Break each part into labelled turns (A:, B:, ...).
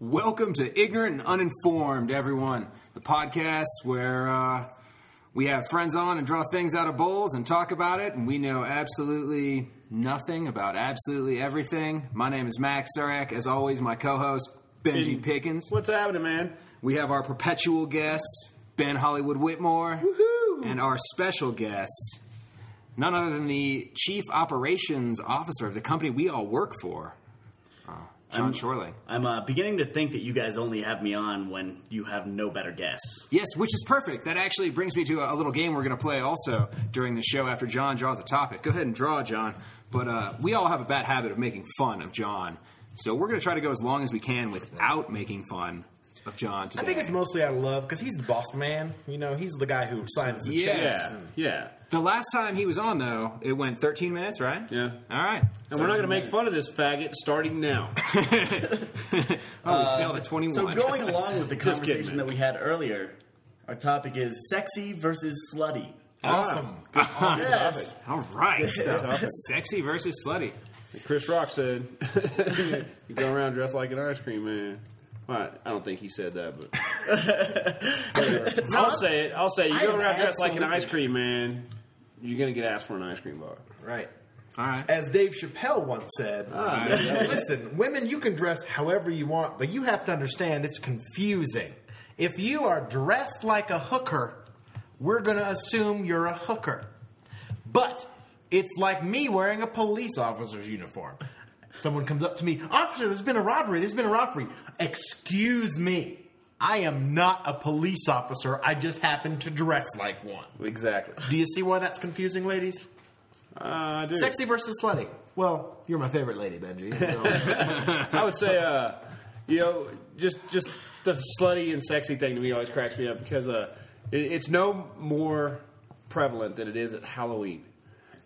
A: Welcome to Ignorant and Uninformed, everyone, the podcast where uh, we have friends on and draw things out of bowls and talk about it, and we know absolutely nothing about absolutely everything. My name is Max Sarek. As always, my co host, Benji
B: Ben-
A: Pickens.
B: What's happening, man?
A: We have our perpetual guest, Ben Hollywood Whitmore, and our special guest, none other than the Chief Operations Officer of the company we all work for, uh, John Shorling.
C: I'm uh, beginning to think that you guys only have me on when you have no better guess.
A: Yes, which is perfect. That actually brings me to a, a little game we're going to play also during the show after John draws a topic. Go ahead and draw, John. But uh, we all have a bad habit of making fun of John. So we're going to try to go as long as we can without making fun of John today.
D: I think it's mostly out of love because he's the boss man. You know, he's the guy who signed the
A: Yeah.
D: checks.
B: Yeah, yeah.
A: the last time he was on, though, it went 13 minutes, right?
B: Yeah.
A: All right.
B: And we're not going to make fun of this faggot starting now.
A: Oh, we failed at 21.
C: So going along with the
B: Just kidding, man.
C: conversation that we had earlier, our topic is sexy versus slutty.
D: Awesome.
C: Yes.
A: all right. Sexy versus slutty.
B: Chris Rock said, "You go around dressed like an ice cream man." Well, I don't think he said that, but I'll say it. I'll say you
D: I
B: go
D: am
B: around dressed like an
D: absolutely-
B: ice cream man. You're gonna get asked for an ice cream bar.
D: Right.
A: All right.
D: As Dave Chappelle once said, listen, women, you can dress however you want, but you have to understand it's confusing. If you are dressed like a hooker, we're going to assume you're a hooker. But it's like me wearing a police officer's uniform. Someone comes up to me, Officer, there's been a robbery, there's been a robbery. Excuse me. I am not a police officer. I just happen to dress like one.
B: Exactly.
D: Do you see why that's confusing, ladies?
B: Uh, dude,
D: Sexy versus slutty. Well, you're my favorite lady, Benji. So-
B: I would say, uh, you know, just just the slutty and sexy thing to me always cracks me up because uh, it, it's no more prevalent than it is at Halloween.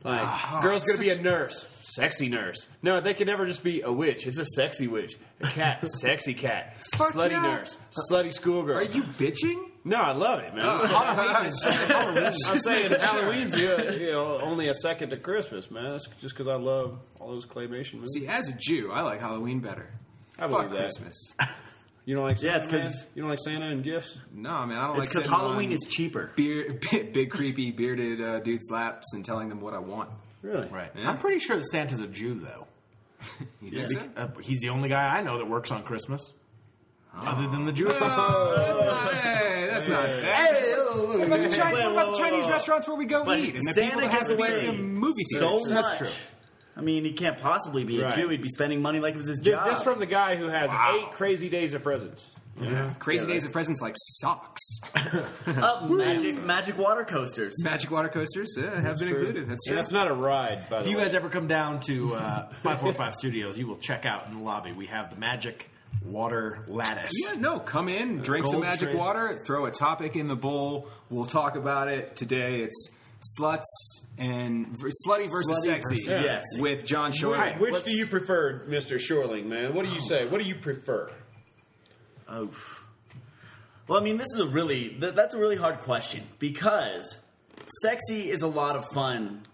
B: Like,
A: Ah, oh,
B: girl's gonna be a nurse, sexy nurse. No, they can never just be a witch. It's a sexy witch, a cat, sexy cat,
A: Fuck
B: slutty
A: yeah.
B: nurse, slutty schoolgirl.
A: Are you Oh, bitching?
B: No, I love it, man.
A: Halloween is- Halloween is-
B: I'm saying Halloween's uh, you know, only a second to Christmas, man. That's just because I love all those claymation movies.
A: See, as a Jew, I like Halloween better.
B: I
A: Fuck
B: believe that.
A: Christmas.
B: You don't like Santa,
C: Yeah, it's 'cause-
B: man? you don't like Santa and gifts.
A: No, man, I don't like
C: It's because
A: sitting
C: Halloween
A: on
C: is cheaper.
A: beer, big, big creepy bearded uh, dude's laps and telling them what I want.
B: Really?
D: right.
A: Yeah.
D: I'm pretty sure that Santa's a Jew, though.
A: You think so?
D: Uh, he's the only guy I know that works on Christmas, other than the Jewish.
A: Oh, that's not, hey, that's not fair. What about the, Chinese, what about the Chinese restaurants where we go
C: But
A: eat? And the people
C: Santa
A: that have
C: gives
A: to be at
C: away
A: the movie
C: so
A: theaters.
C: much.
D: That's true.
C: I mean, he can't possibly be
B: Right.
C: a Jew. He'd be spending money like it was his
B: Dude,
C: job.
B: That's from the guy who has
A: Wow.
B: eight crazy days of presents.
A: Crazy
C: Yeah,
A: Days of Presents like socks.
C: Up magic, magic water coasters.
A: Magic water coasters yeah, have been included. That's
B: And
A: true.
B: that's not a ride, by
D: if
B: the
D: you
B: way.
D: guys ever come down to uh, 545 Studios, you will check out in the lobby. We have the magic water lattice.
A: Yeah, no, come in, drink some
D: gold
A: magic
D: trade.
A: water, throw a topic in the bowl. We'll talk about it today. It's sluts and ver- slutty versus
C: Slutty
A: sexy
C: versus Yes.
A: with John Shore.
B: Right, Which do you prefer, Mr. Shorling, man? What do you say? What do you prefer?
C: Oh. Well, I mean, this is a really th- that's a really hard question because sexy is a lot of fun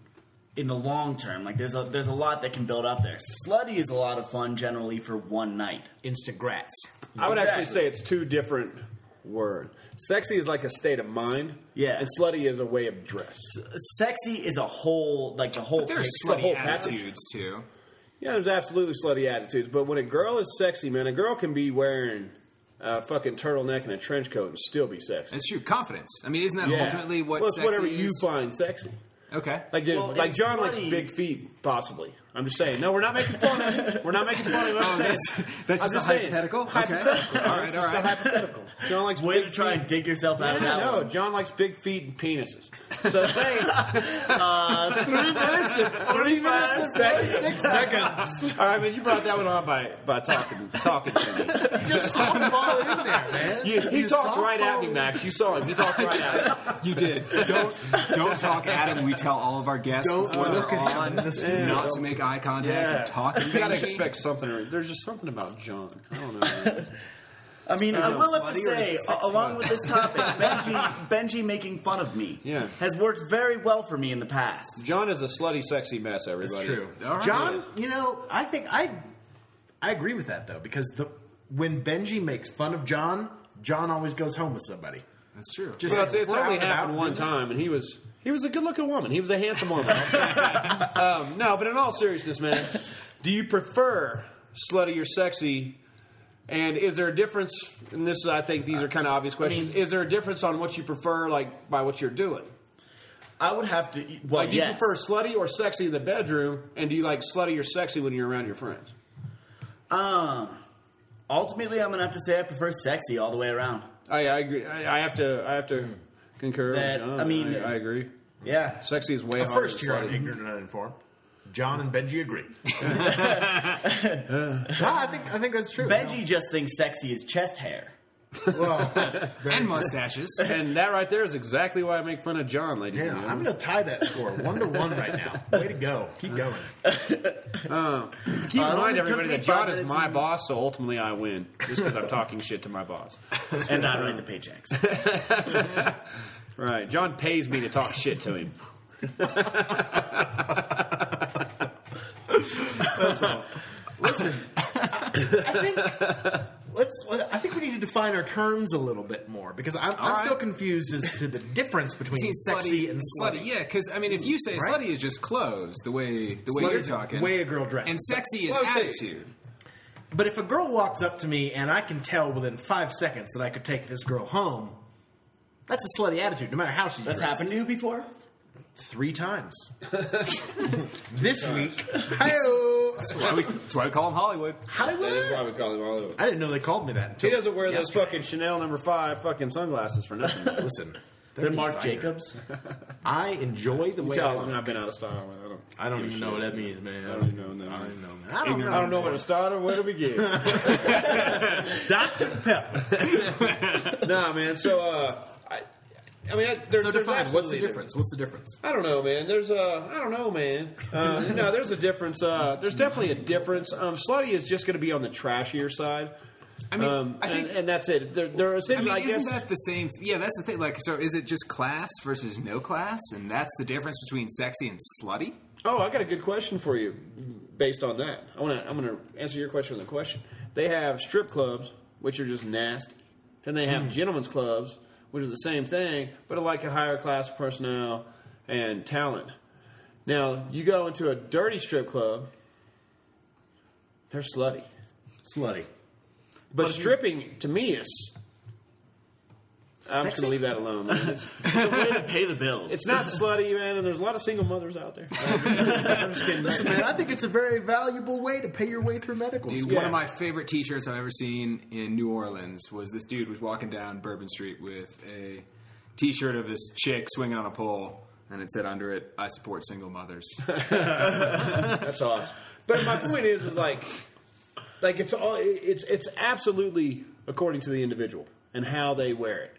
C: in the long term. Like there's a there's a lot that can build up there. Slutty is a lot of fun generally for one night.
D: Instant grats.
B: I would actually
C: Exactly.
B: say it's two different words. Sexy is like a state of mind.
C: Yeah.
B: And slutty is a way of dress.
C: Sexy is a whole like the whole
A: There's
B: the
C: picture.
A: slutty
B: whole package.
A: attitudes too.
B: Yeah, there's absolutely slutty attitudes, but when a girl is sexy, man, a girl can be wearing a fucking turtleneck and a trench coat and still be sexy.
A: That's true. Confidence. I mean, isn't that
B: Yeah.
A: ultimately what
B: well, it's
A: sexy
B: whatever
A: is?
B: you find sexy.
A: Okay.
B: Like, dude,
C: Well,
B: like
C: it's
B: John likes
C: slutty.
B: big feet, possibly. I'm just saying. No, we're not making fun of him. We're not making fun of him. I'm
A: Oh,
B: saying-
A: that's- that's
B: I'm
A: just a hypothetical? Okay.
B: Hypothetical.
A: All right,
B: It's
A: all
B: just a
A: right.
B: hypothetical. John likes
C: Way
B: big
C: to try
B: feet.
C: and dig yourself out of
B: Yeah,
C: that
B: no,
C: one.
B: John likes big feet and penises. So say uh,
C: Three minutes.
B: six, six seconds. All right, man, you brought that one on by by talking talking to me.
D: Just softball in there, man.
B: You, he talked right at me, Max. You saw him. He talked right at me.
A: You did. Don't don't talk at him. We tell all of our guests
D: Don't
A: before
D: look
A: they're
D: at him
A: on
D: in the
B: scene.
A: not to make eye contact or talk.
B: you gotta expect something. or- There's just something about John. I don't know. man.
C: I mean, I will have
A: slutty
C: to
A: or
C: say,
A: is it
C: a- along with this topic, Benji, Benji making fun of me
B: Yeah.
C: has worked very well for me in the past.
B: John is a slutty, sexy mess. Everybody.
D: It's true.
A: All right.
D: John, you know, I think I I agree with that though because the when Benji makes fun of John, John always goes home with somebody.
A: That's true.
D: Just
B: Well, it's, it's
D: we're out
B: only
D: and about
B: happened one
D: doing-
B: time, and he was he was a good looking woman. He was a handsome woman. um, no, but in all seriousness, man, do you prefer slutty or sexy? And is there a difference? And this, is, I think, these are kind of obvious questions. is there a difference on what you prefer, like by what you're doing?
C: I would have to. Well,
B: Like, do you
C: yes.
B: prefer slutty or sexy in the bedroom? And do you like slutty or sexy when you're around your friends?
C: Um, ultimately, I'm gonna have to say I prefer sexy all the way around.
B: I, I agree. I, I have to. I have to concur. with
C: Hmm. That-
B: John.
C: I mean-
B: I, I agree.
C: Yeah.
B: Sexy is way harder.
D: First,
B: than
D: you're on
B: slutty.
D: ignorant and uninformed. John and Benji agree. No, I think I think that's true.
C: Benji just thinks sexy is chest hair.
D: Well,
A: and mustaches.
B: And that right there is exactly why I make fun of John, ladies.
D: yeah,
B: and
D: I'm
B: gentlemen.
D: going to tie that score one to one right now. Way to go! Keep going.
B: Keep
C: Uh, it
B: in
C: only
B: mind,
C: took
B: everybody,
C: me
B: that
C: five
B: John is
C: minutes
B: my
C: and-
B: boss, so ultimately I win just because I'm talking shit to my boss.
C: and not read the paychecks.
B: Right? John pays me to talk shit to him.
D: I think let's. let- I think we need to define our terms a little bit more because I'm, I'm
A: right.
D: still confused as to the difference between
A: Between
D: sexy and slutty.
A: Yeah, because I mean, if you say
D: Right.
A: slutty is just clothes, the way the way
D: Slutty
A: you're
D: is
A: talking,
D: way a girl dresses.
A: and sexy is
B: Well, see-
A: attitude.
D: But if a girl walks up to me and I can tell within five seconds that I could take this girl home, that's a slutty attitude, no matter how she's
C: That's
D: dressed.
C: happened to you before?
D: three times this week. Hi-oh.
A: That's why, we, that's why we call them Hollywood.
D: Hollywood.
B: we call him all over.
D: I didn't know they called me that. Until
B: He doesn't wear those
D: yesterday.
B: fucking Chanel number five fucking sunglasses for nothing. man.
D: Listen,
C: They're Marc
D: designer.
C: Jacobs.
D: I enjoy the way.
B: Tell
D: I,
B: him
D: look.
B: I've been out of style. I don't.
D: I don't
B: give a
D: even know what
B: shit.
D: that means, man.
B: I don't even know. No.
D: I don't know. man. I don't know.
B: I don't know where to start or where to begin.
D: Dr. Pepper.
B: nah, man. So, uh, I, I mean, I, there's,
D: So
B: there's
D: define. What's the
B: absolutely a
D: difference? What's the difference?
B: I don't know, man. There's a I don't know, man. Uh, no, there's a difference. Uh, there's definitely a difference. Um, slutty is just going to be on the trashier side.
A: I mean,
B: um,
A: I think.
B: and, and that's it. There, there is. I,
A: I mean, isn't
B: guess
A: that the same? Yeah, that's the thing. Like, so is it just class versus no class, and that's the difference between sexy and slutty?
B: Oh, I got a good question for you. Based on that, I want to. I'm going to answer your question with a question. They have strip clubs, which are just nasty. Then they have gentlemen's clubs, which is the same thing, but are like a higher class of personnel and talent. Now you go into a dirty strip club, they're slutty.
D: Slutty.
B: But stripping to me is. I'm just
D: Sexy?
B: gonna leave that alone. Man. It's,
C: the way to pay the bills.
B: it's not slutty, man, and there's a lot of single mothers out there. I'm just kidding.
D: Listen, man, I think it's a very valuable way to pay your way through medical
A: Dude,
D: school.
A: One of my favorite T-shirts I've ever seen in New Orleans was this dude was walking down Bourbon Street with a T-shirt of this chick swinging on a pole, and it said under it, "I support single mothers."
B: That's awesome. But my point is, is like, like it's all it's it's absolutely according to the individual and how they wear it.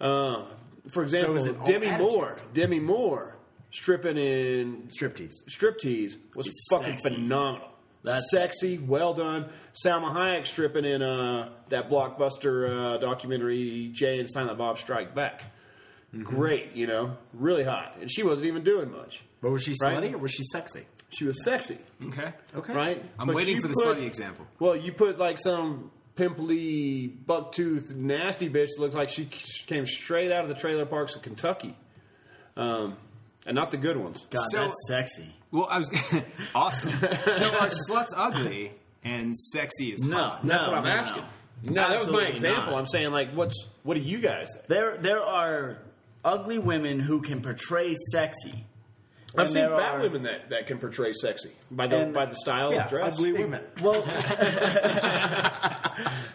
B: Uh, for example,
D: is it all
B: Demi
D: attitude?
B: Moore, Demi Moore stripping in
D: Striptease.
B: striptease was
C: It's
B: fucking
C: sexy.
B: phenomenal.
C: That's-
B: sexy, well done. Salma Hayek stripping in uh, that blockbuster uh, documentary Jay and Silent Bob Strike Back. Great, you know, really hot, and she wasn't even doing much.
D: But was she
B: Right?
D: slutty or was she sexy?
B: She was sexy,
A: okay.
D: Okay.
B: right?
A: I'm
B: But
A: waiting
B: you
A: for the
B: put-
A: slutty example.
B: Well, you put like some pimply, buck-toothed, nasty bitch that looks like she c- came straight out of the trailer parks of Kentucky, um, and not the good ones.
C: God,
A: So-
C: that's sexy.
A: Well, I was awesome. So are sluts ugly and sexy is
C: No,
A: hot?
C: no,
B: That's what I'm
C: no,
B: asking.
C: No,
B: No, that was my
C: Absolutely
B: example.
C: not.
B: I'm saying like, what's what do you guys? Think?
C: There, there are ugly women who can portray sexy.
B: I've
C: And
B: seen
C: there
B: fat
C: are-
B: women that, that can portray sexy by the
C: And-
B: by the style
D: Yeah,
B: of dress.
D: ugly women.
C: Well,
B: Tell-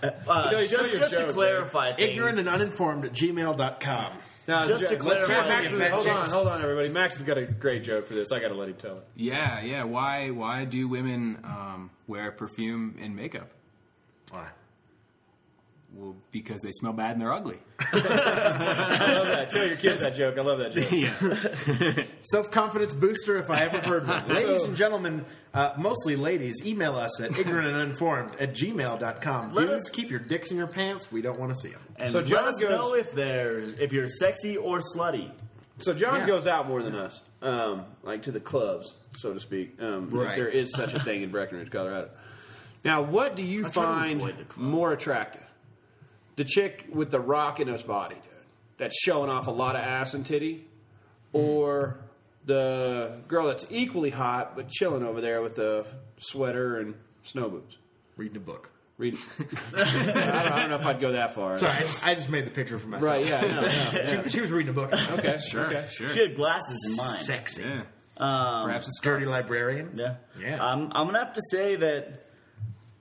B: tell
C: Uh, just,
B: your
C: just
B: joke,
C: to
B: man.
C: clarify, things,
D: Ignorant and uninformed at gmail.com.
B: Now,
C: just
B: Jo-
C: to
B: let's hear
C: clarify-
B: Max's-
D: Yeah,
B: hold on,
D: James.
B: hold on, everybody. Max has got a great joke for this. I got to let him tell it.
A: Yeah, yeah. Why? Why do women um, wear perfume and makeup?
D: Why?
A: Well, because they smell bad and they're ugly.
B: I love that. Tell your kids that joke. I love that joke.
D: Self confidence booster, if I ever heard one. ladies and gentlemen, uh, mostly ladies, email us at ignorantanduninformed at gmail.com.
C: Let
D: Dudes,
C: us-
D: keep your dicks in your pants. We don't want to see them.
C: And
B: So John
C: let us
B: goes-
C: know if there's if you're sexy or slutty.
B: So John
A: Yeah.
B: goes out more than us, um, like to the clubs, so to speak. Um, if
D: Right.
B: there is such a thing in Breckenridge, Colorado. Now, what do you
C: I try to avoid the
B: find
C: clubs.
B: more attractive? The chick with the rock in his body, dude, that's showing off a lot of ass and titty, or the girl that's equally hot but chilling over there with the sweater and snow boots?
D: Reading a book.
B: Read. I, don't, I don't know if I'd go that far.
D: Sorry, I just, I just made the picture for myself.
B: Right? Yeah. no, no.
D: She, she was reading a book.
B: Okay.
A: Sure,
B: Okay.
A: sure.
C: She had glasses in mind.
D: Sexy.
A: Yeah.
C: Um,
A: Perhaps a scarf.
D: Dirty librarian.
C: Yeah,
D: Yeah.
C: Um, I'm gonna have to say that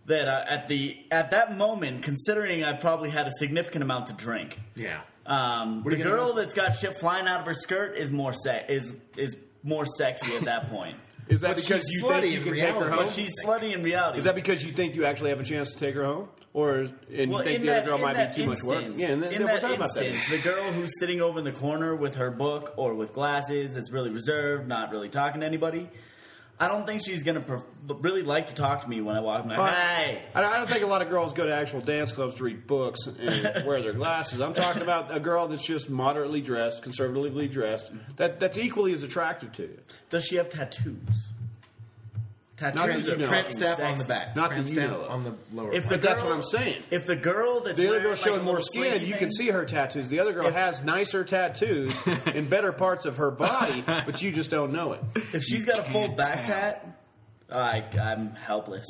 C: that uh, at the at that moment, considering I probably had a significant amount to drink,
D: Yeah.
C: um,
D: What are
C: the
D: you gonna
C: girl
D: do?
C: that's got shit flying out of her skirt is more se- is is more sexy at that point.
B: Is that
D: But
B: because
D: she's
B: you
D: slutty
B: think you
D: in
B: can take her
D: reality.
B: home?
C: But she's slutty in reality.
B: Is that because you think you actually have a chance to take her home, or is- and
C: Well,
B: you think
C: in
B: the other
C: that-
B: girl
C: in
B: might
C: that
B: be too much work?
C: instance-
B: Yeah, and then,
C: in
B: then we're
C: that
B: talking about
C: instance, the girl who's sitting over in the corner with her book or with glasses, that's really reserved, not really talking to anybody. I don't think she's gonna pre- really like to talk to me when I walk. in.
B: But-
C: hey,
B: that. I I don't think a lot of girls go to actual dance clubs to read books and wear their glasses. I'm talking about a girl that's just moderately dressed, conservatively dressed. That that's equally as attractive to you.
C: does she have tattoos? Tattoos
B: that you know.
C: are fucking
D: Tramp stamp on
C: sexy.
D: the back.
B: Not
D: Tramp
B: that you
D: stamp
B: know of.
D: on the lower.
C: If
D: part.
C: the
B: But that's
C: girl-
B: what I'm saying.
C: If the girl that's
B: The other
C: wearing,
B: girl's showing
C: like, a
B: more
C: little
B: skin.
C: slinky
B: You
C: thing-
B: can see her tattoos. The other girl
C: If-
B: has nicer tattoos and better parts of her body, but you just don't know it.
C: if she's got a full
A: can't
C: back
A: tell.
C: tat. I, I'm helpless.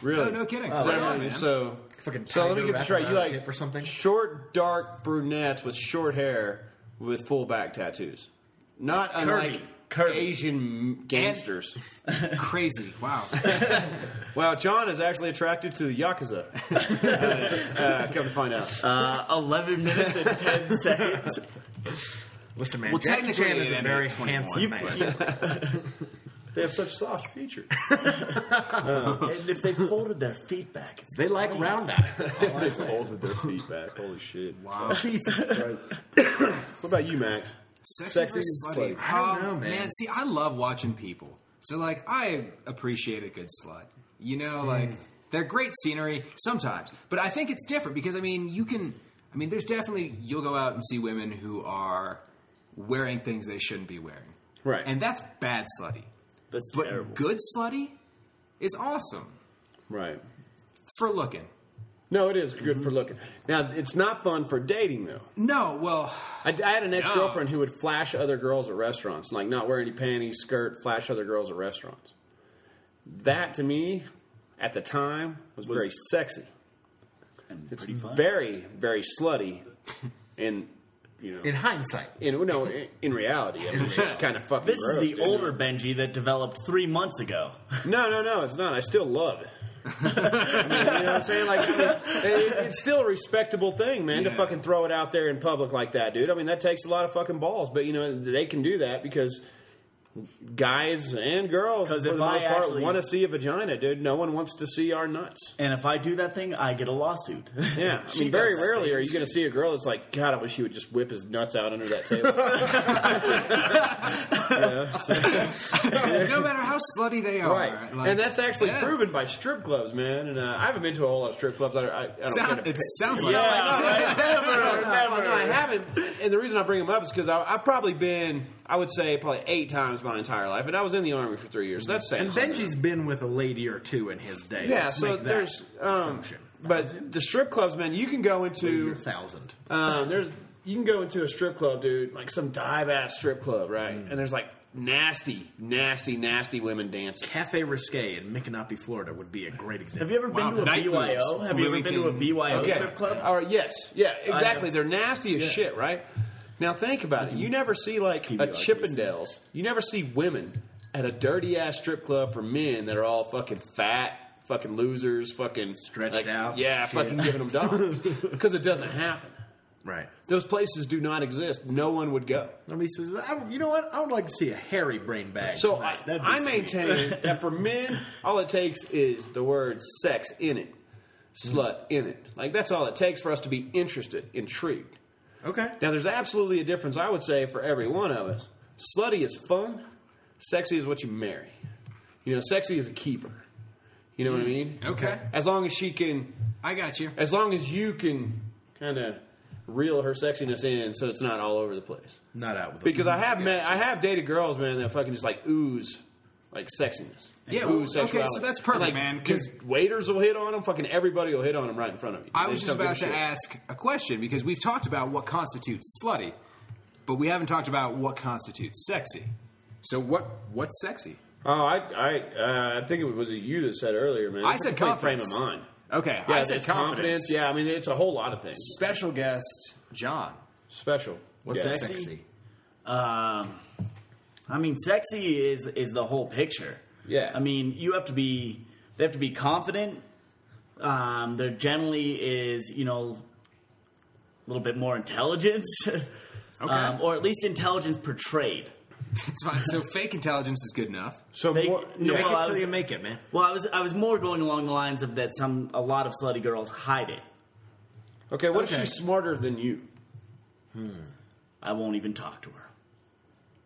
B: Really?
A: Oh, no kidding.
B: Is that
A: Oh,
B: right?
A: man.
B: so,
D: Fucking
B: so let
D: tiger
B: me get
D: wrapped
B: this right. You
D: around a
B: like
D: hip or something?
B: Short, dark brunettes with short hair with full back tattoos. Not unlike
C: Curvy.
B: Asian gangsters.
A: Crazy. Wow.
B: well, John is actually attracted to the yakuza. uh, uh, come to find out.
C: Uh, 11 minutes and 10 seconds.
D: Listen, man,
A: Well,
D: Jackie Chan
A: technically,
D: is
A: it
D: a
A: ended
D: very
A: at 21.
D: handsome
A: You-
D: man.
B: They have such soft features.
C: and if they folded their feet back, it's
D: They like round eye.
B: they folded their feet back. Holy shit!
A: Wow.
B: Jesus Christ. what about you, Max?
A: Sexy,
B: Sexy
A: versus
B: and
A: slutty.
B: slutty.
D: I don't
A: Oh,
D: know, man.
A: See, I love watching people. So, like, I appreciate a good slut. You know, like, they're great scenery sometimes. But I think it's different because, I mean, you can. I mean, there's definitely. You'll go out and see women who are wearing things they shouldn't be wearing.
B: Right.
A: And that's bad slutty.
C: that's
A: But
C: terrible.
A: good slutty is awesome
B: Right.
A: for looking.
B: No, it is good for looking. Now, it's not fun for dating though.
A: No, well,
B: I, I had an ex girlfriend who would flash other girls at restaurants, like not wear any panties, skirt, flash other girls at restaurants. That to me, at the time, was, very sexy.
C: And
B: It's
C: pretty fun.
B: very, very slutty, and you know,
D: In hindsight,
B: in, no, in, in reality, I mean, it's just kind of fucking.
C: This is
B: gross,
C: the
B: isn't it?
C: older Benji that developed three months ago.
B: No, no, no, it's not. I still love it. you know what I'm saying? Like, it- it- it's still a respectable thing, man, to
A: Yeah.
B: fucking throw it out there in public like that, dude. I mean, that takes a lot of fucking balls, but you know they can do that because guys and girls, for
C: 'Cause
B: the
C: if
B: most
C: I
B: part,
C: actually-
B: want to see a vagina, dude. No one wants to see our nuts.
C: And if I do that thing, I get a lawsuit.
B: Yeah, I
C: She
B: mean, very
C: does
B: rarely
C: the
B: are you
C: same
B: going to see a girl that's like, God, I wish he would just whip his nuts out under that table.
A: no matter how slutty they are.
B: right,
A: like,
B: and that's actually
A: yeah.
B: proven by strip clubs, man. And uh, I haven't been to a whole lot of strip clubs. I, I, I don't
A: Sound-
B: get
A: it
B: a
A: sounds like
B: Yeah,
C: Yeah,
B: right? never, never. I haven't. And the reason I bring them up is because I've probably been, I would say, probably eight times my entire life, and I was in the army for three years. So that's saying
D: and Benji's been with a lady or two in his day.
B: yeah.
D: Let's
B: So
D: make that
B: there's, um,
D: assumption.
B: but the strip clubs, man, you can go
D: Your
B: into
D: thousand.
B: um, there's you can go into a strip club, dude, like some dive ass strip club, right? And there's like nasty, nasty, nasty women dancing.
D: Cafe Risque in Micanopy, Florida would be a great
C: Have
D: example.
C: you ever
A: Wow,
C: been to a
A: Night
C: BYO?
A: Moves,
C: Have you ever been to a
A: Bloomington.
C: BYO
B: Yeah.
C: strip club?
B: All right. Yes. Yeah. Exactly.
C: know.
B: They're nasty as shit, right? Now think about it. You never see like a
C: you like
B: Chippendales. You never see women at a dirty ass strip club for men that are all fucking fat, fucking losers, fucking
D: Stretched
B: like,
D: out,
B: Yeah,
D: shit.
B: fucking giving them dollars because it doesn't happen.
D: right.
B: Those places do not exist. No one would go.
D: Nobody says, I, you know what? I would like to see a hairy brain bag.
B: So
D: tonight.
B: I,
D: That'd be
B: I
D: sweet.
B: maintain that for men, all it takes is the word sex in it,
D: Mm.
B: slut in it. Like that's all it takes for us to be interested, intrigued.
D: Okay.
B: Now, there's absolutely a difference, I would say, for every one of us. Slutty is fun. Sexy is what you marry. You know, sexy is a keeper. You know what I mean?
A: Mm, Okay.
B: As long as she can,
A: I got you.
B: as long as you can kind of reel her sexiness in so it's not all over the place.
D: Not out with
A: Mm-hmm.
B: Because I have met, I have dated girls, man, that fucking just like ooze like sexiness. and
A: Yeah,
B: food,
A: well, okay,
B: sexuality.
A: so that's perfect,
B: like,
A: man,
B: dude,
A: 'cause-
B: waiters will hit on them. Fucking everybody will hit on them right in front of you.
A: I
B: They
A: was just
B: don't give a
A: about to
B: shit.
A: ask a question because we've talked about what constitutes slutty, but we haven't talked about what constitutes sexy. So what what's sexy?
B: Oh, I, I, uh, I think it was you that said earlier, man.
A: I
B: It's a
A: said
B: complete
A: confidence.
B: Frame of mind.
A: Okay,
B: Yeah,
A: I said
B: it's confidence. Yeah, I mean it's a whole lot of things.
A: Special guest John.
B: Special.
D: What's
B: Yeah.
D: sexy?
C: Sexy. Um, I mean, sexy is is the whole picture.
B: Yeah.
C: I mean, you have to be. They have to be confident. Um, there generally is, you know, a little bit more intelligence, um, or at least intelligence portrayed.
A: It's fine. So fake intelligence is good enough.
B: So
C: They-
B: more,
C: no,
B: yeah.
C: well,
D: Fake it
C: I
D: till
C: was-
D: you make it, man.
C: Well, I was I was more going along the lines of that some a lot of slutty girls hide it.
B: okay, what
A: okay.
B: if she's smarter than you?
C: I won't even talk to her.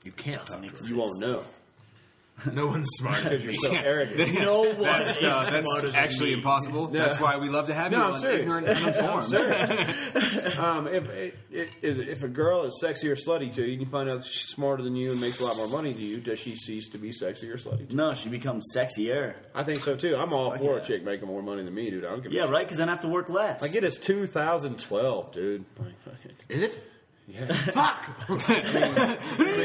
D: You can't
C: Doesn't
D: talk to
C: exist.
B: You won't know
D: her. No one's smart.
B: because you're so
A: Yeah.
B: arrogant.
C: No one.
A: That's,
C: is
A: uh,
C: smarter
A: that's
C: than
A: actually
C: me.
A: impossible. That's why we love to have
B: No,
A: you
B: I'm
A: on
B: serious.
A: ignorant and uninformed.
B: Um, if, it, it, if a girl is sexy or slutty to you, and you find out that she's smarter than you and makes a lot more money than you, does she cease to be sexy or slutty? To you?
C: No, she becomes sexier.
B: I think so too. I'm all for
C: yeah.
B: a chick making more money than me, dude. I don't give a
C: Yeah,
B: shit.
C: right. Because then I have to work less.
B: Like it is 2012, dude. Like, fucking-
D: Is it? Fuck!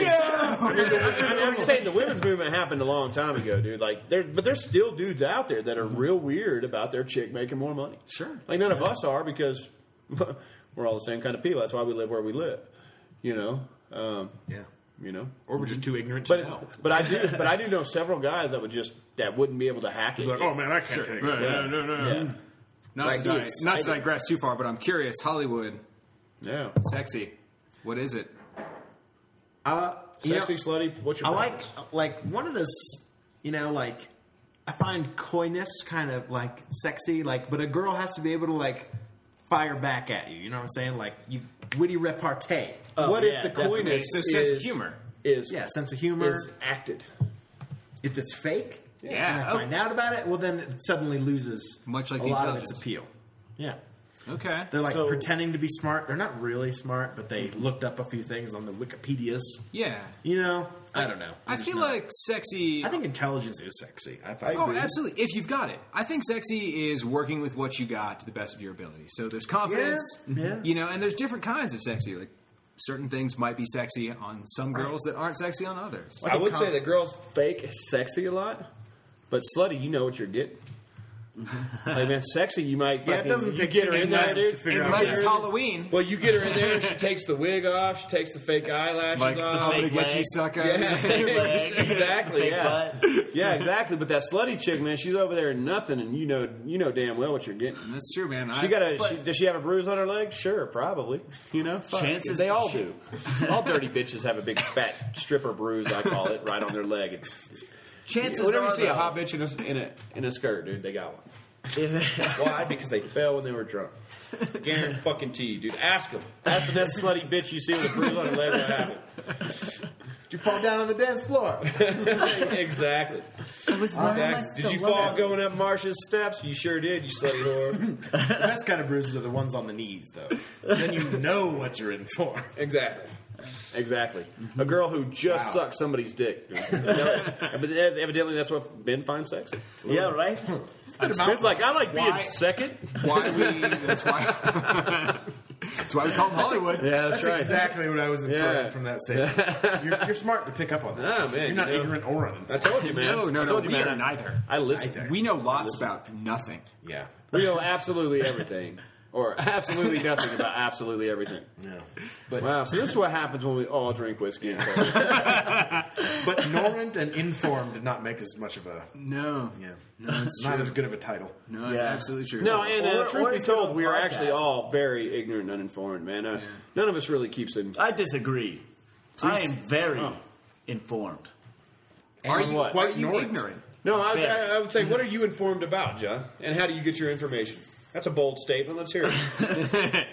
B: I mean, I'm just saying the women's movement happened a long time ago, dude. Like, there, but there's still dudes out there that are real weird about their chick making more money.
A: Sure.
B: Like none of us are because we're all the same kind of people. That's why we live where we live. You know. Um,
D: yeah.
B: you know.
D: Or we're just too ignorant to
B: But
D: know.
B: but I do but I do know several guys that would just that wouldn't be able to hack it.
D: Like, oh man, I can't take it.
A: Right, No, no, no.
B: Yeah.
A: Not, to,
B: Like,
A: di-
B: dude,
A: not
B: I
A: to
B: do.
A: digress too far, but I'm curious. Hollywood,
B: Yeah.
A: sexy. What is it?
D: Uh, you know,
B: Sexy slutty. What's your
D: I like
B: preference?
D: like one of this, you know, like I find coyness kind of like sexy, like but a girl has to be able to like fire back at you. You know what I'm saying? Like you witty repartee.
C: Oh,
B: what
C: yeah,
B: if the
C: definitely.
B: coyness
A: So
B: is
A: sense of humor.
B: is
D: Yeah, sense of humor.
B: is acted.
D: if it's fake,
A: Yeah.
D: and I
A: Oh.
D: find out about it, well then it suddenly loses
A: Much like
D: a
A: the
D: lot of
A: intelligence.
D: its appeal. Yeah.
A: Okay.
D: They're like
C: So-
D: pretending to be smart. They're not really smart, but they looked up a few things on the Wikipedias.
A: Yeah.
D: You know, I don't know.
A: I
D: They're
A: feel
D: just not-
A: like sexy.
D: I think intelligence is sexy. I, I
A: Oh, absolutely. If you've got it. I think sexy is working with what you got to the best of your ability. So there's confidence,
D: Yeah, Mm-hmm. yeah.
A: you know, and there's different kinds of sexy. Like certain things might be sexy on some girls that aren't sexy on others.
B: I would say that girls fake sexy a lot, but slutty, you know what you're getting. like man, sexy, you might
D: Yeah, it
B: fucking-
D: doesn't
B: you
D: take
B: get
D: two
B: her in there,
D: guys to
B: dude.
D: figure out
A: Unless
D: Yeah.
A: it's Halloween.
B: Well, you get her in there, she takes the wig off, she takes the fake eyelashes
A: Like, I'm
B: off.
A: going to
C: fake
A: get you,
C: leg.
A: sucker.
B: yeah, exactly.
C: Fake
B: Yeah,
C: butt.
B: yeah, exactly. But that slutty chick, man, she's over there in nothing, and you know, you know damn well what you're getting.
A: That's true, man. I,
B: She got a. She, does she have a bruise on her leg? Sure, probably. You know, fuck.
C: Chances-
B: they all do. all dirty bitches have a big fat stripper bruise, I call it, right on their leg.
C: Chances
B: Whenever
C: are,
B: you see a
C: though-
B: hot bitch in a in a, in a skirt, dude, they got one. Why? Because they fell when they were drunk. Guarantee fucking tea, dude. Ask them. Ask the next slutty bitch you see with a bruise on her leg what happened.
D: Did you fall down on the dance floor?
B: exactly. exactly. Did you fall going up Marsha's steps? You sure did, you slutty whore.
D: That's kind of bruises are the ones on the knees, though. then you know what you're in for.
B: Exactly. Exactly. A girl who just
D: Wow.
B: sucks somebody's dick. dude. No, but evidently, that's what Ben finds sexy.
C: Yeah, right.
B: Ben's like, I like being
A: Why-
B: second.
A: why we, that's why. that's why we call them Hollywood.
B: Yeah,
D: That's exactly what I was inferring
B: Yeah.
D: from that statement. You're, you're smart to pick up on that.
B: Ah, man,
D: you're not
B: you know.
D: ignorant or uninformed.
B: I told you, man.
A: No, no,
B: I
A: no,
B: told you,
A: we
B: man.
A: are neither.
B: I listen.
D: Neither.
A: We know lots about nothing.
D: Yeah.
B: We know absolutely everything, or absolutely nothing about absolutely everything.
D: No. But
B: Wow. So this is what happens when we all drink whiskey. and coffee.
D: but ignorant and informed did not make as much of a
A: No.
D: yeah.
A: No, it's
D: not
A: true.
D: as good of a title.
A: No, that's
C: Yeah.
A: absolutely true.
B: no, and uh,
C: Or-
B: truth
C: or
B: be
C: is it
B: told,
C: a
B: we are
C: podcast?
B: actually all very ignorant and uninformed, man. Uh,
A: Yeah.
B: None of us really keeps in.
C: I disagree. I am very informed.
A: are
D: And
A: you,
B: what?
A: are you
D: Ignorant.
A: ignorant?
B: No, I, I,
C: Fair.
B: I would say, what are you informed about, John? And how do you get your information? That's a bold statement. Let's hear it.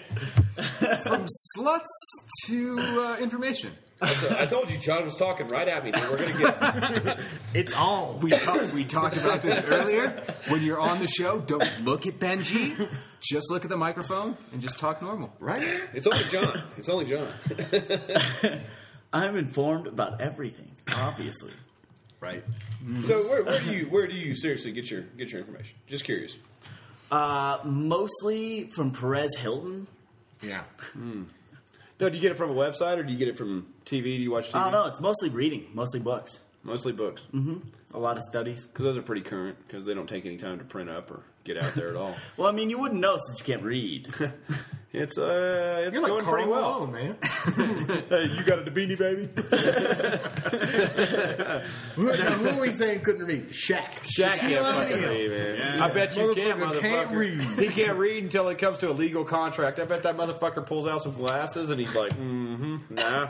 A: From sluts to uh, information.
B: I told you, John was talking right at me. dude. We're gonna get.
D: It's all.
A: We, talked. we talked about this earlier. When you're on the show, don't look at Benji. Just look at the microphone and just talk normal.
D: Right?
B: It's only John. It's only John.
C: I'm informed about everything, obviously. right?
B: So where, where do you where do you seriously get your get your information? Just curious.
C: Uh, mostly from Perez Hilton.
D: Yeah.
B: No, do you get it from a website or do you get it from TV? Do you watch TV?
C: I don't Mm-hmm. know. It's mostly reading, mostly books,
B: Mostly books because
C: a lot of studies.
B: those are pretty current because they don't take any time to print up or get out there at all.
C: Well, I mean, you wouldn't know since you can't read.
B: It's uh, it's
D: You're
B: going
D: like Carl
B: pretty well.
D: Malone, man.
B: Hey, you got it, the beanie baby.
D: who, who are we saying couldn't read? Shaq.
B: Shaq can't
D: Shaquille
B: fucking
D: O'Neal.
B: read, man. I bet you can,
D: Motherfucker
B: motherfucker.
D: can't read.
B: He can't read until it comes to a legal contract. I bet that motherfucker pulls out some glasses and he's like, mm-hmm, nah.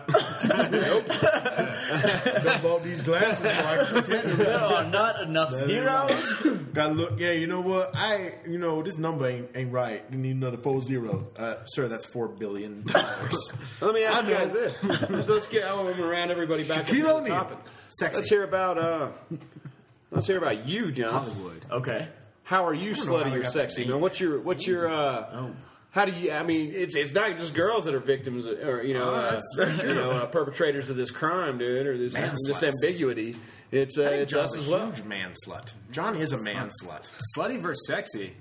D: Dump all these glasses so I can pretend to
C: there are not enough zeros.
D: Gotta look. Yeah, you know what? I, you know, this number ain't, ain't right. You need another four zeros. Uh, sir, that's four billion dollars.
B: Let me
D: I
B: ask
D: know.
B: you guys this. Let's get Ellen around everybody back
D: Shaquille
B: up to the
D: O'Neal.
B: topic.
D: Sexy.
B: Let's hear about uh, let's hear about you, John.
C: Okay.
B: How are you
D: know how I
B: slutty or
D: got
B: sexy, man? What's your what's your uh, how do you? I mean, it's it's not just girls that are victims or you
D: Oh,
B: know, uh,
C: that's very
B: you know uh, perpetrators of this crime, dude, or this
D: Man
B: this
D: sluts.
B: ambiguity. It's uh, it's us as well.
D: huge man slut. John is a man slut.
A: Slutty versus sexy.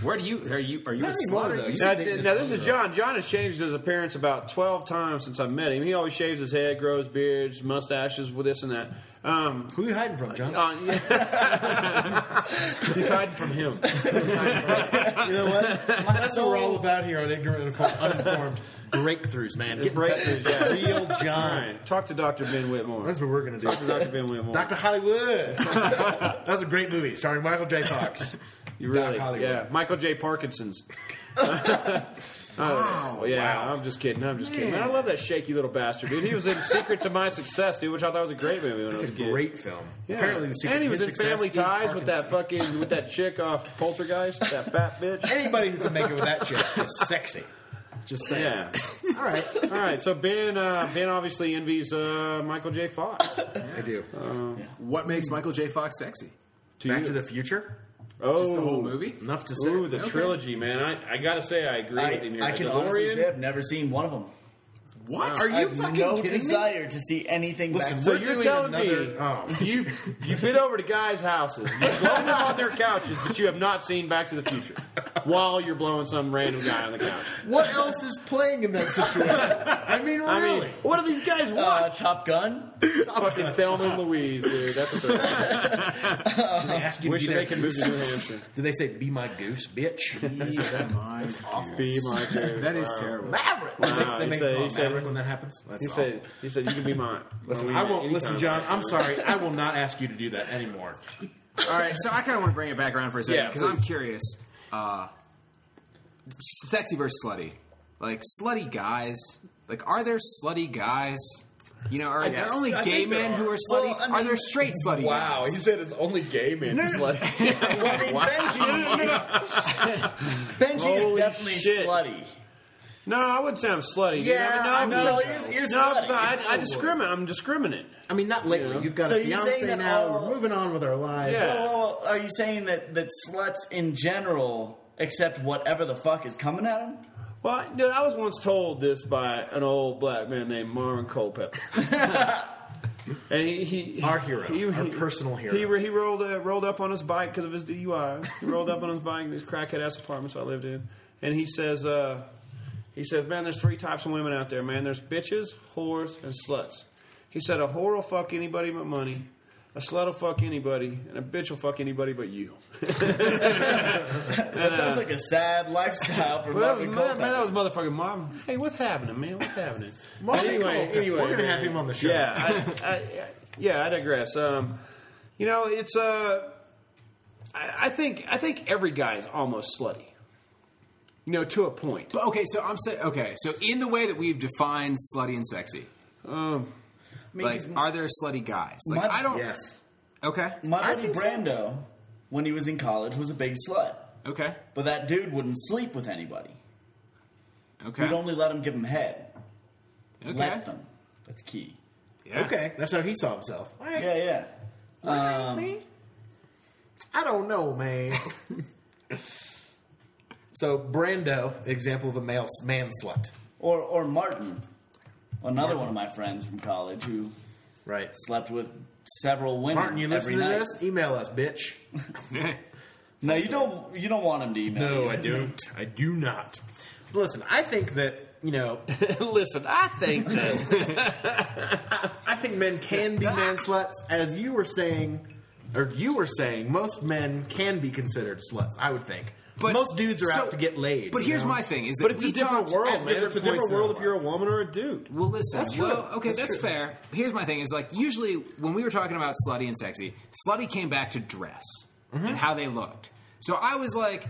A: Where do you are you are you a
D: Not
A: slut
D: anymore,
A: though?
D: you
A: You
B: Now,
A: stick to
B: now this is John. John has changed his appearance about twelve times since I met him. He always shaves his head, grows beards, mustaches, with this and that. Um,
D: Who you hiding from, John?
B: uh, yeah. He's hiding from him.
D: you know what? That's what we're all about here on Ignorant and Uninformed. Breakthroughs, man. Get
B: Breakthroughs, yeah.
D: real John.
B: Alright, Talk to Dr. Ben Whitmore.
D: That's what we're gonna do.
B: Talk to Dr. Ben Whitmore.
D: Dr. Hollywood. that was a great movie starring Michael J. Fox.
B: you really,
D: Doc Hollywood.
B: yeah. Michael J. Parkinson's. wow. Yeah,
D: Wow.
B: I'm just kidding. I'm just kidding. Man,
A: Man.
B: I love that shaky little bastard, dude. He was in Secret to My Success, dude, which I thought was a great movie when I was
D: It's
B: a
D: a
B: kid.
D: great film.
B: Yeah.
D: Apparently, the secret
B: and he
D: to
B: was
D: his
B: in
D: success
B: Family
D: is
B: Ties with that
D: Parkinson.
B: fucking with that chick off Poltergeist, that fat bitch.
D: Anybody who can make it with that chick is sexy. Just saying.
B: Yeah.
D: All right,
B: All right. So Ben, uh, Ben obviously envies uh, Michael J. Fox.
D: I do.
A: What makes Michael J. Fox sexy?
B: To
D: Back
B: you.
D: to the Future.
B: oh,
A: Just the whole movie?
D: Enough to say.
B: Ooh, the
A: Okay.
B: trilogy, man. I, I gotta say, I agree with him
C: I,
B: here.
C: I can
B: The
C: honestly say
B: DeLorean-
C: I've never seen one of them.
A: What?
D: Are you
C: I have
D: fucking
C: no
D: kidding me?
C: desire to see anything
D: Listen,
C: back
B: So
D: We're
B: you're
D: doing
B: telling me
D: another- oh.
B: you you've been over to guys' houses, you've blown them on their couches, but you have not seen Back to the Future while you're blowing some random guy on the couch.
D: What else is playing in that situation? I mean,
B: I mean,
D: really?
B: what do these guys
C: uh,
B: watch?
C: Top Gun.
B: Fucking Thelma and Louise, dude. That's what they're
D: Did they ask you
B: Wish
D: to be
B: they
D: their
B: could move
D: goose?
B: to New Hampshire.
D: Did they say, "Be my goose, bitch"?
A: That's awful.
B: Be my dude.
A: That is
B: Wow.
A: terrible.
D: Maverick.
B: Wow,
D: they
B: he
D: make
B: said-
D: fun
B: he
D: of
B: said-
D: Maverick when that happens. That's
B: He
D: awful.
B: said, "He said you can be mine."
D: Listen, I won't listen, John. I'm sorry. I will not ask you to do that anymore.
A: All right, so I kind of want to bring it back around for a second
B: Yeah,
A: because I'm
B: please.
A: curious. Uh, sexy versus slutty, like slutty guys. Like, are there slutty guys? You know, are there
C: guess-
A: only
B: I
A: gay
B: think there
A: men
B: are.
A: who are
C: Well,
A: slutty?
C: I mean-
A: are there straight slutty?
B: Wow, he said it's only gay men.
A: No, no, no.
C: I mean, Benji, Benji
B: Holy
C: is definitely
B: shit.
C: slutty.
B: No, I wouldn't say I'm slutty.
C: Yeah,
B: dude. no,
C: no,
B: I'm-
C: you're- you're
B: no,
C: slutty.
B: I, I discriminate. I'm discriminate.
D: I mean, not lately. You've got
C: So
D: a
C: you're saying
D: fiance
C: that
D: now.
C: all-
D: We're moving on with our lives.
B: Yeah.
C: Well, are you saying that that sluts in general accept whatever the fuck is coming at them?
B: Well, dude, I was once told this by an old black man named Marvin Culpepper. and he, he
D: Our hero. Our personal hero.
B: He, he rolled uh, rolled up on his bike because of his DUI. He rolled up on his bike in these crackhead ass apartments I lived in, and he says, uh, he says, man, there's three types of women out there, man. There's bitches, whores, and sluts. He said, a whore will fuck anybody but money. A slut will fuck anybody, and a bitch will fuck anybody but you.
C: That sounds like a sad lifestyle for
B: Well, that,
C: Marvin
B: was, man,
C: Culpepper.
B: that was motherfucking mom. Hey, what's happening, man? What's happening?
D: Marvin Culpepper. We're gonna have him on the show.
B: Yeah, I, I, yeah, I digress. Um, you know, it's uh, I, I think I think every guy is almost slutty. You know, to a point.
A: But okay, so I'm saying okay, so in the way that we've defined slutty and sexy,
B: Um,
C: I mean,
A: like,
C: 'cause
A: are there slutty guys? Like,
C: my-
A: I don't.
D: Yes.
A: Okay.
C: my
D: I
C: buddy
D: think so.
C: Brando, when he was in college, was a big slut.
A: Okay.
C: But that dude wouldn't sleep with anybody.
A: Okay.
C: We'd only let him give him head.
A: okay.
C: Let them. That's key.
A: Yeah.
D: Okay, that's how he saw himself. All right.
C: Yeah, yeah. Um,
D: I don't know, man. so Brando, example of a male man slut,
C: or or Martin, another one of my friends from college who
D: right?
C: slept with several women
D: Martin, you listen
C: every
D: to
C: night.
D: this? Email us, bitch.
C: No, you don't. You don't want him to email. you.
D: don't. I do not. Listen, I think that you know. listen, I think that I think men can be man sluts, as you were saying, or you were saying. Most men can be considered sluts. I would think. But most dudes are
A: so-
D: out to get laid.
A: But
D: you
A: here's
D: know?
A: my thing: is that
B: But it's
A: we
B: a different
A: talked-
B: world,
D: at
B: man. It's a
D: different
B: different
D: points in
B: world
D: our
B: if you're a woman or a dude.
A: Well, listen.
D: That's true.
A: Well, okay,
D: That's
A: that's,
D: true.
A: fair. Here's my thing: is like usually when we were talking about slutty and sexy, slutty came back to dress and how they looked. So I was like,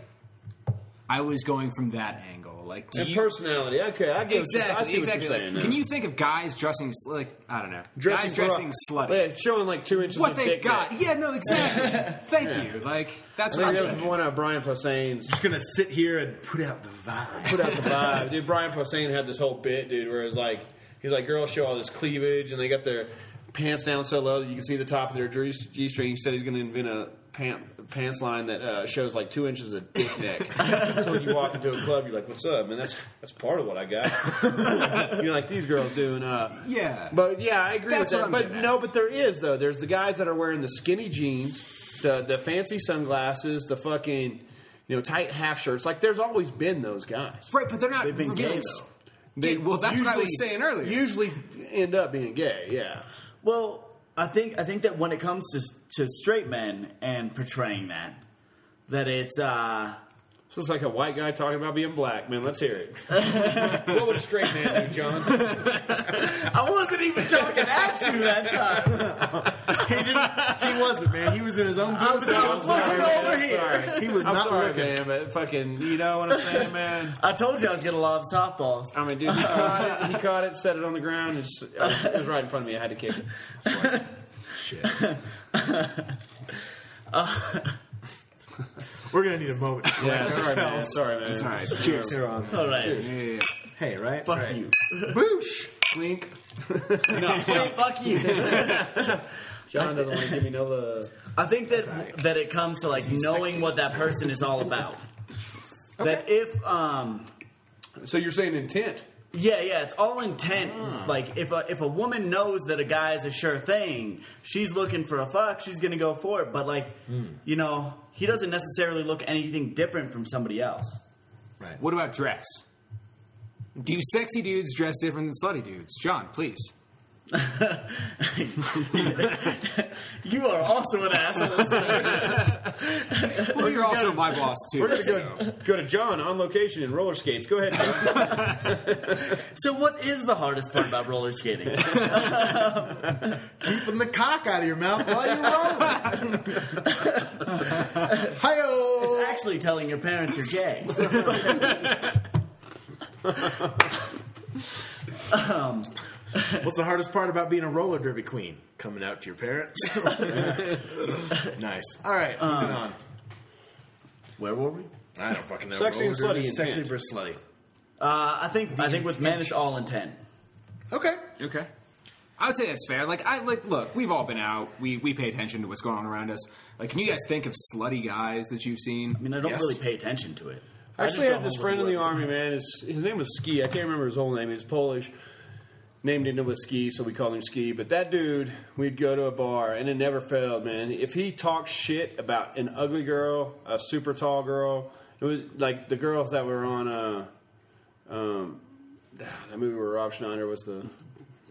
A: I was going from that angle. Like, do
B: And
A: you-
B: personality. Okay, I get
A: exactly,
B: what you, I see
A: exactly.
B: What
A: Like,
B: you're saying,
A: can
B: yeah.
A: you think of guys dressing sl- like I don't know, guys
B: for-
A: dressing slutty?
B: Yeah, showing like two inches.
A: What
B: of
A: they've
B: dick
A: got?
B: pic.
A: Yeah, no, exactly. Thank you. Like that's
B: I
A: what I'm
B: think that was
A: saying.
B: one of Brian Posehn's.
D: Just gonna sit here and put out the vibe.
B: put out the vibe. Dude, Brian Posehn had this whole bit, dude, where it's like he's like girls show all this cleavage and they got their pants down so low that you can see the top of their g string. He said he's going to invent a pant, pants line that uh, shows like two inches of dick neck. so when you walk into a club, you're like, "What's up, man? That's that's part of what I got." you're like these girls doing. Uh,
A: Yeah,
B: but yeah, I agree
A: That's what
B: with that.
A: I'm
B: But
A: getting at.
B: no, but there is though. There's the guys that are wearing the skinny jeans, the the fancy sunglasses, the fucking you know tight half shirts. Like there's always been those guys.
A: right. But they're not.
B: They've been
A: we're
B: gay,
A: getting s-
B: though.
A: gay- well, that's what I was saying earlier.
B: Usually end up being gay. Yeah.
C: Well, I think I think that when it comes to to straight men and portraying that, that it's uh,
B: So it's like a white guy talking about being black, man. Let's hear it. what would a straight man do, John?
C: I wasn't even talking at you that time.
D: he wasn't, man. He was in his own booth.
C: I was looking over
B: I'm
C: here.
B: sorry.
D: He was
B: I'm
D: not
B: sorry,
D: looking.
B: man, but fucking, you know what I'm saying, man.
C: I told you I was getting a lot of softballs.
B: I mean, dude, he caught it. He caught it, set it on the ground. And s- it was- it was right in front of me. I had to kick it.
D: We're gonna need a moment. to
B: Yeah,
D: collect
B: sorry, man.
D: ourselves.
B: Sorry, man.
A: That's all right.
D: Cheers. Here on.
C: All right.
A: Yeah, yeah, yeah.
D: Hey, right?
C: Fuck
D: Right.
C: you.
D: Boosh.
B: Clink.
C: No, hey, fuck you.
B: John doesn't want to give me no uh, love.
C: I think that that it comes to like knowing what that person is all about. That if um
B: So you're saying intent?
C: yeah yeah it's all intent like if a if a woman knows that a guy is a sure thing she's looking for a fuck she's gonna go for it but like you know he doesn't necessarily look anything different from somebody else
D: Right.
A: What about dress? Do sexy dudes dress different than slutty dudes? John, please.
C: you are also an asshole
A: Well, you're also my boss too.
B: We're gonna go, go to John on location in roller skates. Go ahead. John.
C: so what is the hardest part about roller skating
D: Keeping the cock out of your mouth while you're rolling. Hi-yo.
C: actually telling your parents you're gay
D: What's the hardest part about being a roller derby queen? Coming out to your parents. nice. All right, moving on.
C: where were we
D: I don't fucking know.
B: Sexy and
D: Roller derby,
B: slutty intent.
D: Sexy versus slutty.
C: uh, I think I think with men it's all intent
D: Okay.
A: Okay. I would say that's fair. Like I like look, we've all been out. We we pay attention to what's going on around us. Like can you guys think of slutty guys that you've seen?
C: I mean, I don't
D: Yes.
C: really pay attention to it.
B: I actually
C: just go
B: had this
C: home
B: friend in
C: with
B: the
C: words.
B: army, man. His, his name was Ski. I can't remember his whole name. He's Polish. Named him with Ski, so we called him Ski. But that dude, we'd go to a bar, and it never failed, man. If he talked shit about an ugly girl, a super tall girl, it was like the girls that were on uh, um, that movie where Rob Schneider was the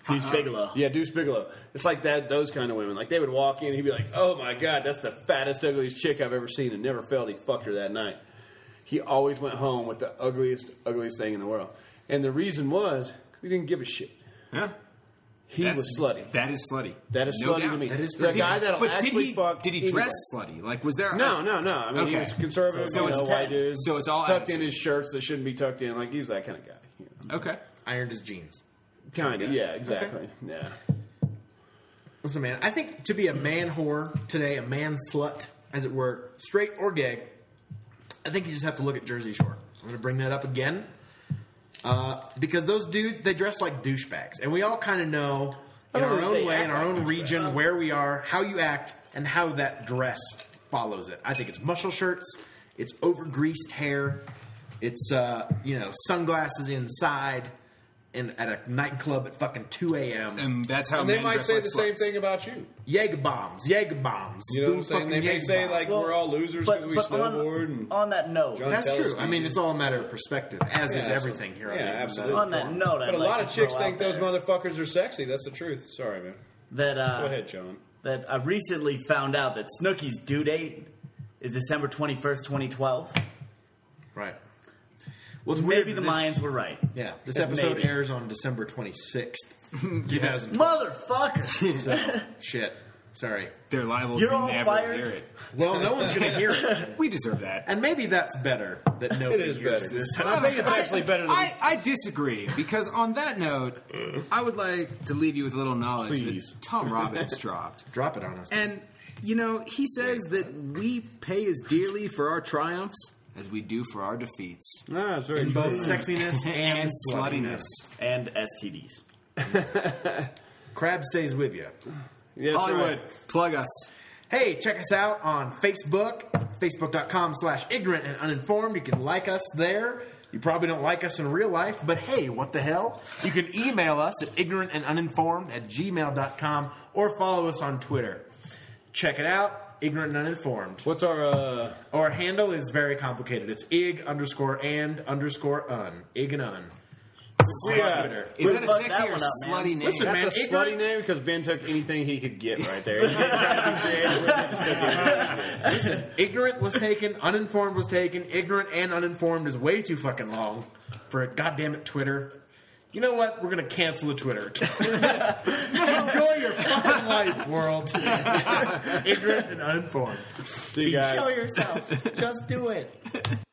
C: Deuce Bigelow.
B: yeah, Deuce Bigelow. It's like that; those kind of women. Like they would walk in, and he'd be like, "Oh my god, that's the fattest, ugliest chick I've ever seen," and never failed. He fucked her that night. He always went home with the ugliest, ugliest thing in the world, and the reason was 'cause he didn't give a shit.
A: Huh?
B: He
A: That's-
B: was slutty.
A: That is slutty.
B: that is
A: No
B: slutty
A: doubt.
B: to me.
D: That is
B: the guy
D: ridiculous.
B: that'll
A: But did
B: actually
A: he
B: fuck.
A: did he dress slutty? Like was there
B: anybody. No, no, no. I mean, he
A: Okay.
B: was conservative.
A: So
B: you
A: it's
B: know, white
A: ten.
B: dude.
A: So it's all
B: tucked in
A: attitude.
B: his shirts that shouldn't be tucked in. Like he was that kind of guy. You know.
A: Okay.
D: Ironed his jeans.
B: Kind of. Yeah. Exactly. Yeah.
D: Listen, man, I think to be a man whore today, a man slut, as it were, straight or gay, I think you just have to look at Jersey Shore. I'm going to bring that up again. Uh, because those dudes, they dress like douchebags. And we all kind of know in
B: don't
D: our
B: think
D: own
B: Oh, they
D: way,
B: act
D: in our
B: like
D: own region, where we are, how you act, and how that dress follows it. I think it's muscle shirts, it's over greased hair, it's, uh, you know, sunglasses inside. in at a nightclub at fucking two a.m.
A: and that's how
E: And
A: men
E: they might
A: dress
E: say
A: like
E: the same
A: sluts.
E: thing about you.
D: Yeg bombs, yeg bombs.
E: You know what I'm saying? They may
D: Spoon fucking
E: say
D: yeg
E: like
C: Well,
E: we're all losers because
C: But,
E: we
C: but
E: snowboard
C: on, Oh,
E: and
C: on that note,
E: John-
D: That's true.
E: Telesky.
D: I mean, it's all a matter of perspective, as is
E: absolutely.
D: everything here.
E: Yeah,
D: on the
E: absolutely.
D: internet.
C: on that note,
E: But
C: I'd
E: a lot
C: like
E: of
C: to
E: chicks
C: throw
E: think
C: out
E: those
C: there
E: motherfuckers are sexy. That's the truth. Sorry, man.
C: that uh,
E: Go ahead, John.
C: that I recently found out that Snooki's due date is December twenty first, twenty twelve.
D: Right. Well, it's weird
C: Maybe
D: that
C: the
D: this-
C: Mayans were right.
D: Yeah, this episode
C: Maybe.
D: airs on December 26th, 2012.
C: Motherfuckers!
D: So, shit. Sorry.
A: They're liable
C: You're
A: to
C: all
A: never
C: fired.
A: hear it.
D: Well, no one's going to hear it.
A: We deserve that.
D: And maybe that's better that nobody
E: is
D: hears
E: better.
D: this.
E: I think it's actually better than
A: I, I disagree because on that note, I would like to leave you with a little knowledge
B: Please.
A: that Tom Robbins dropped.
D: Drop it on us.
A: And you know, he says that we pay as dearly for our triumphs as we do for our defeats.
B: No, it's very
D: in both sexiness
A: And
D: and, sluttiness.
A: sluttiness.
C: and STDs.
D: Crab stays with you.
B: Yeah, that's
A: Hollywood,
B: right.
A: plug us.
D: Hey, check us out on Facebook, facebook.com slash ignorant and uninformed. You can like us there. You probably don't like us in real life, but hey, what the hell? You can email us at ignorant and uninformed at gmail.com or follow us on Twitter. Check it out, ignorant and uninformed.
B: What's our uh,
D: Our handle is very complicated. It's ig underscore and underscore un. Ig and un.
B: Yeah.
D: Twitter.
A: Is that a
C: fuck
A: sexy
C: that
A: or
C: one up, man.
A: slutty name?
D: Listen, man,
B: That's a
D: ignorant-
B: slutty name because Ben took anything he could get right there.
D: Ignorant was taken, uninformed was taken, ignorant and uninformed is way too fucking long for a goddamn it Twitter. You know what? We're gonna cancel the Twitter. account. Enjoy your fucking life, world. ignorant and uninformed.
B: See you guys.
C: yourself. Just do it.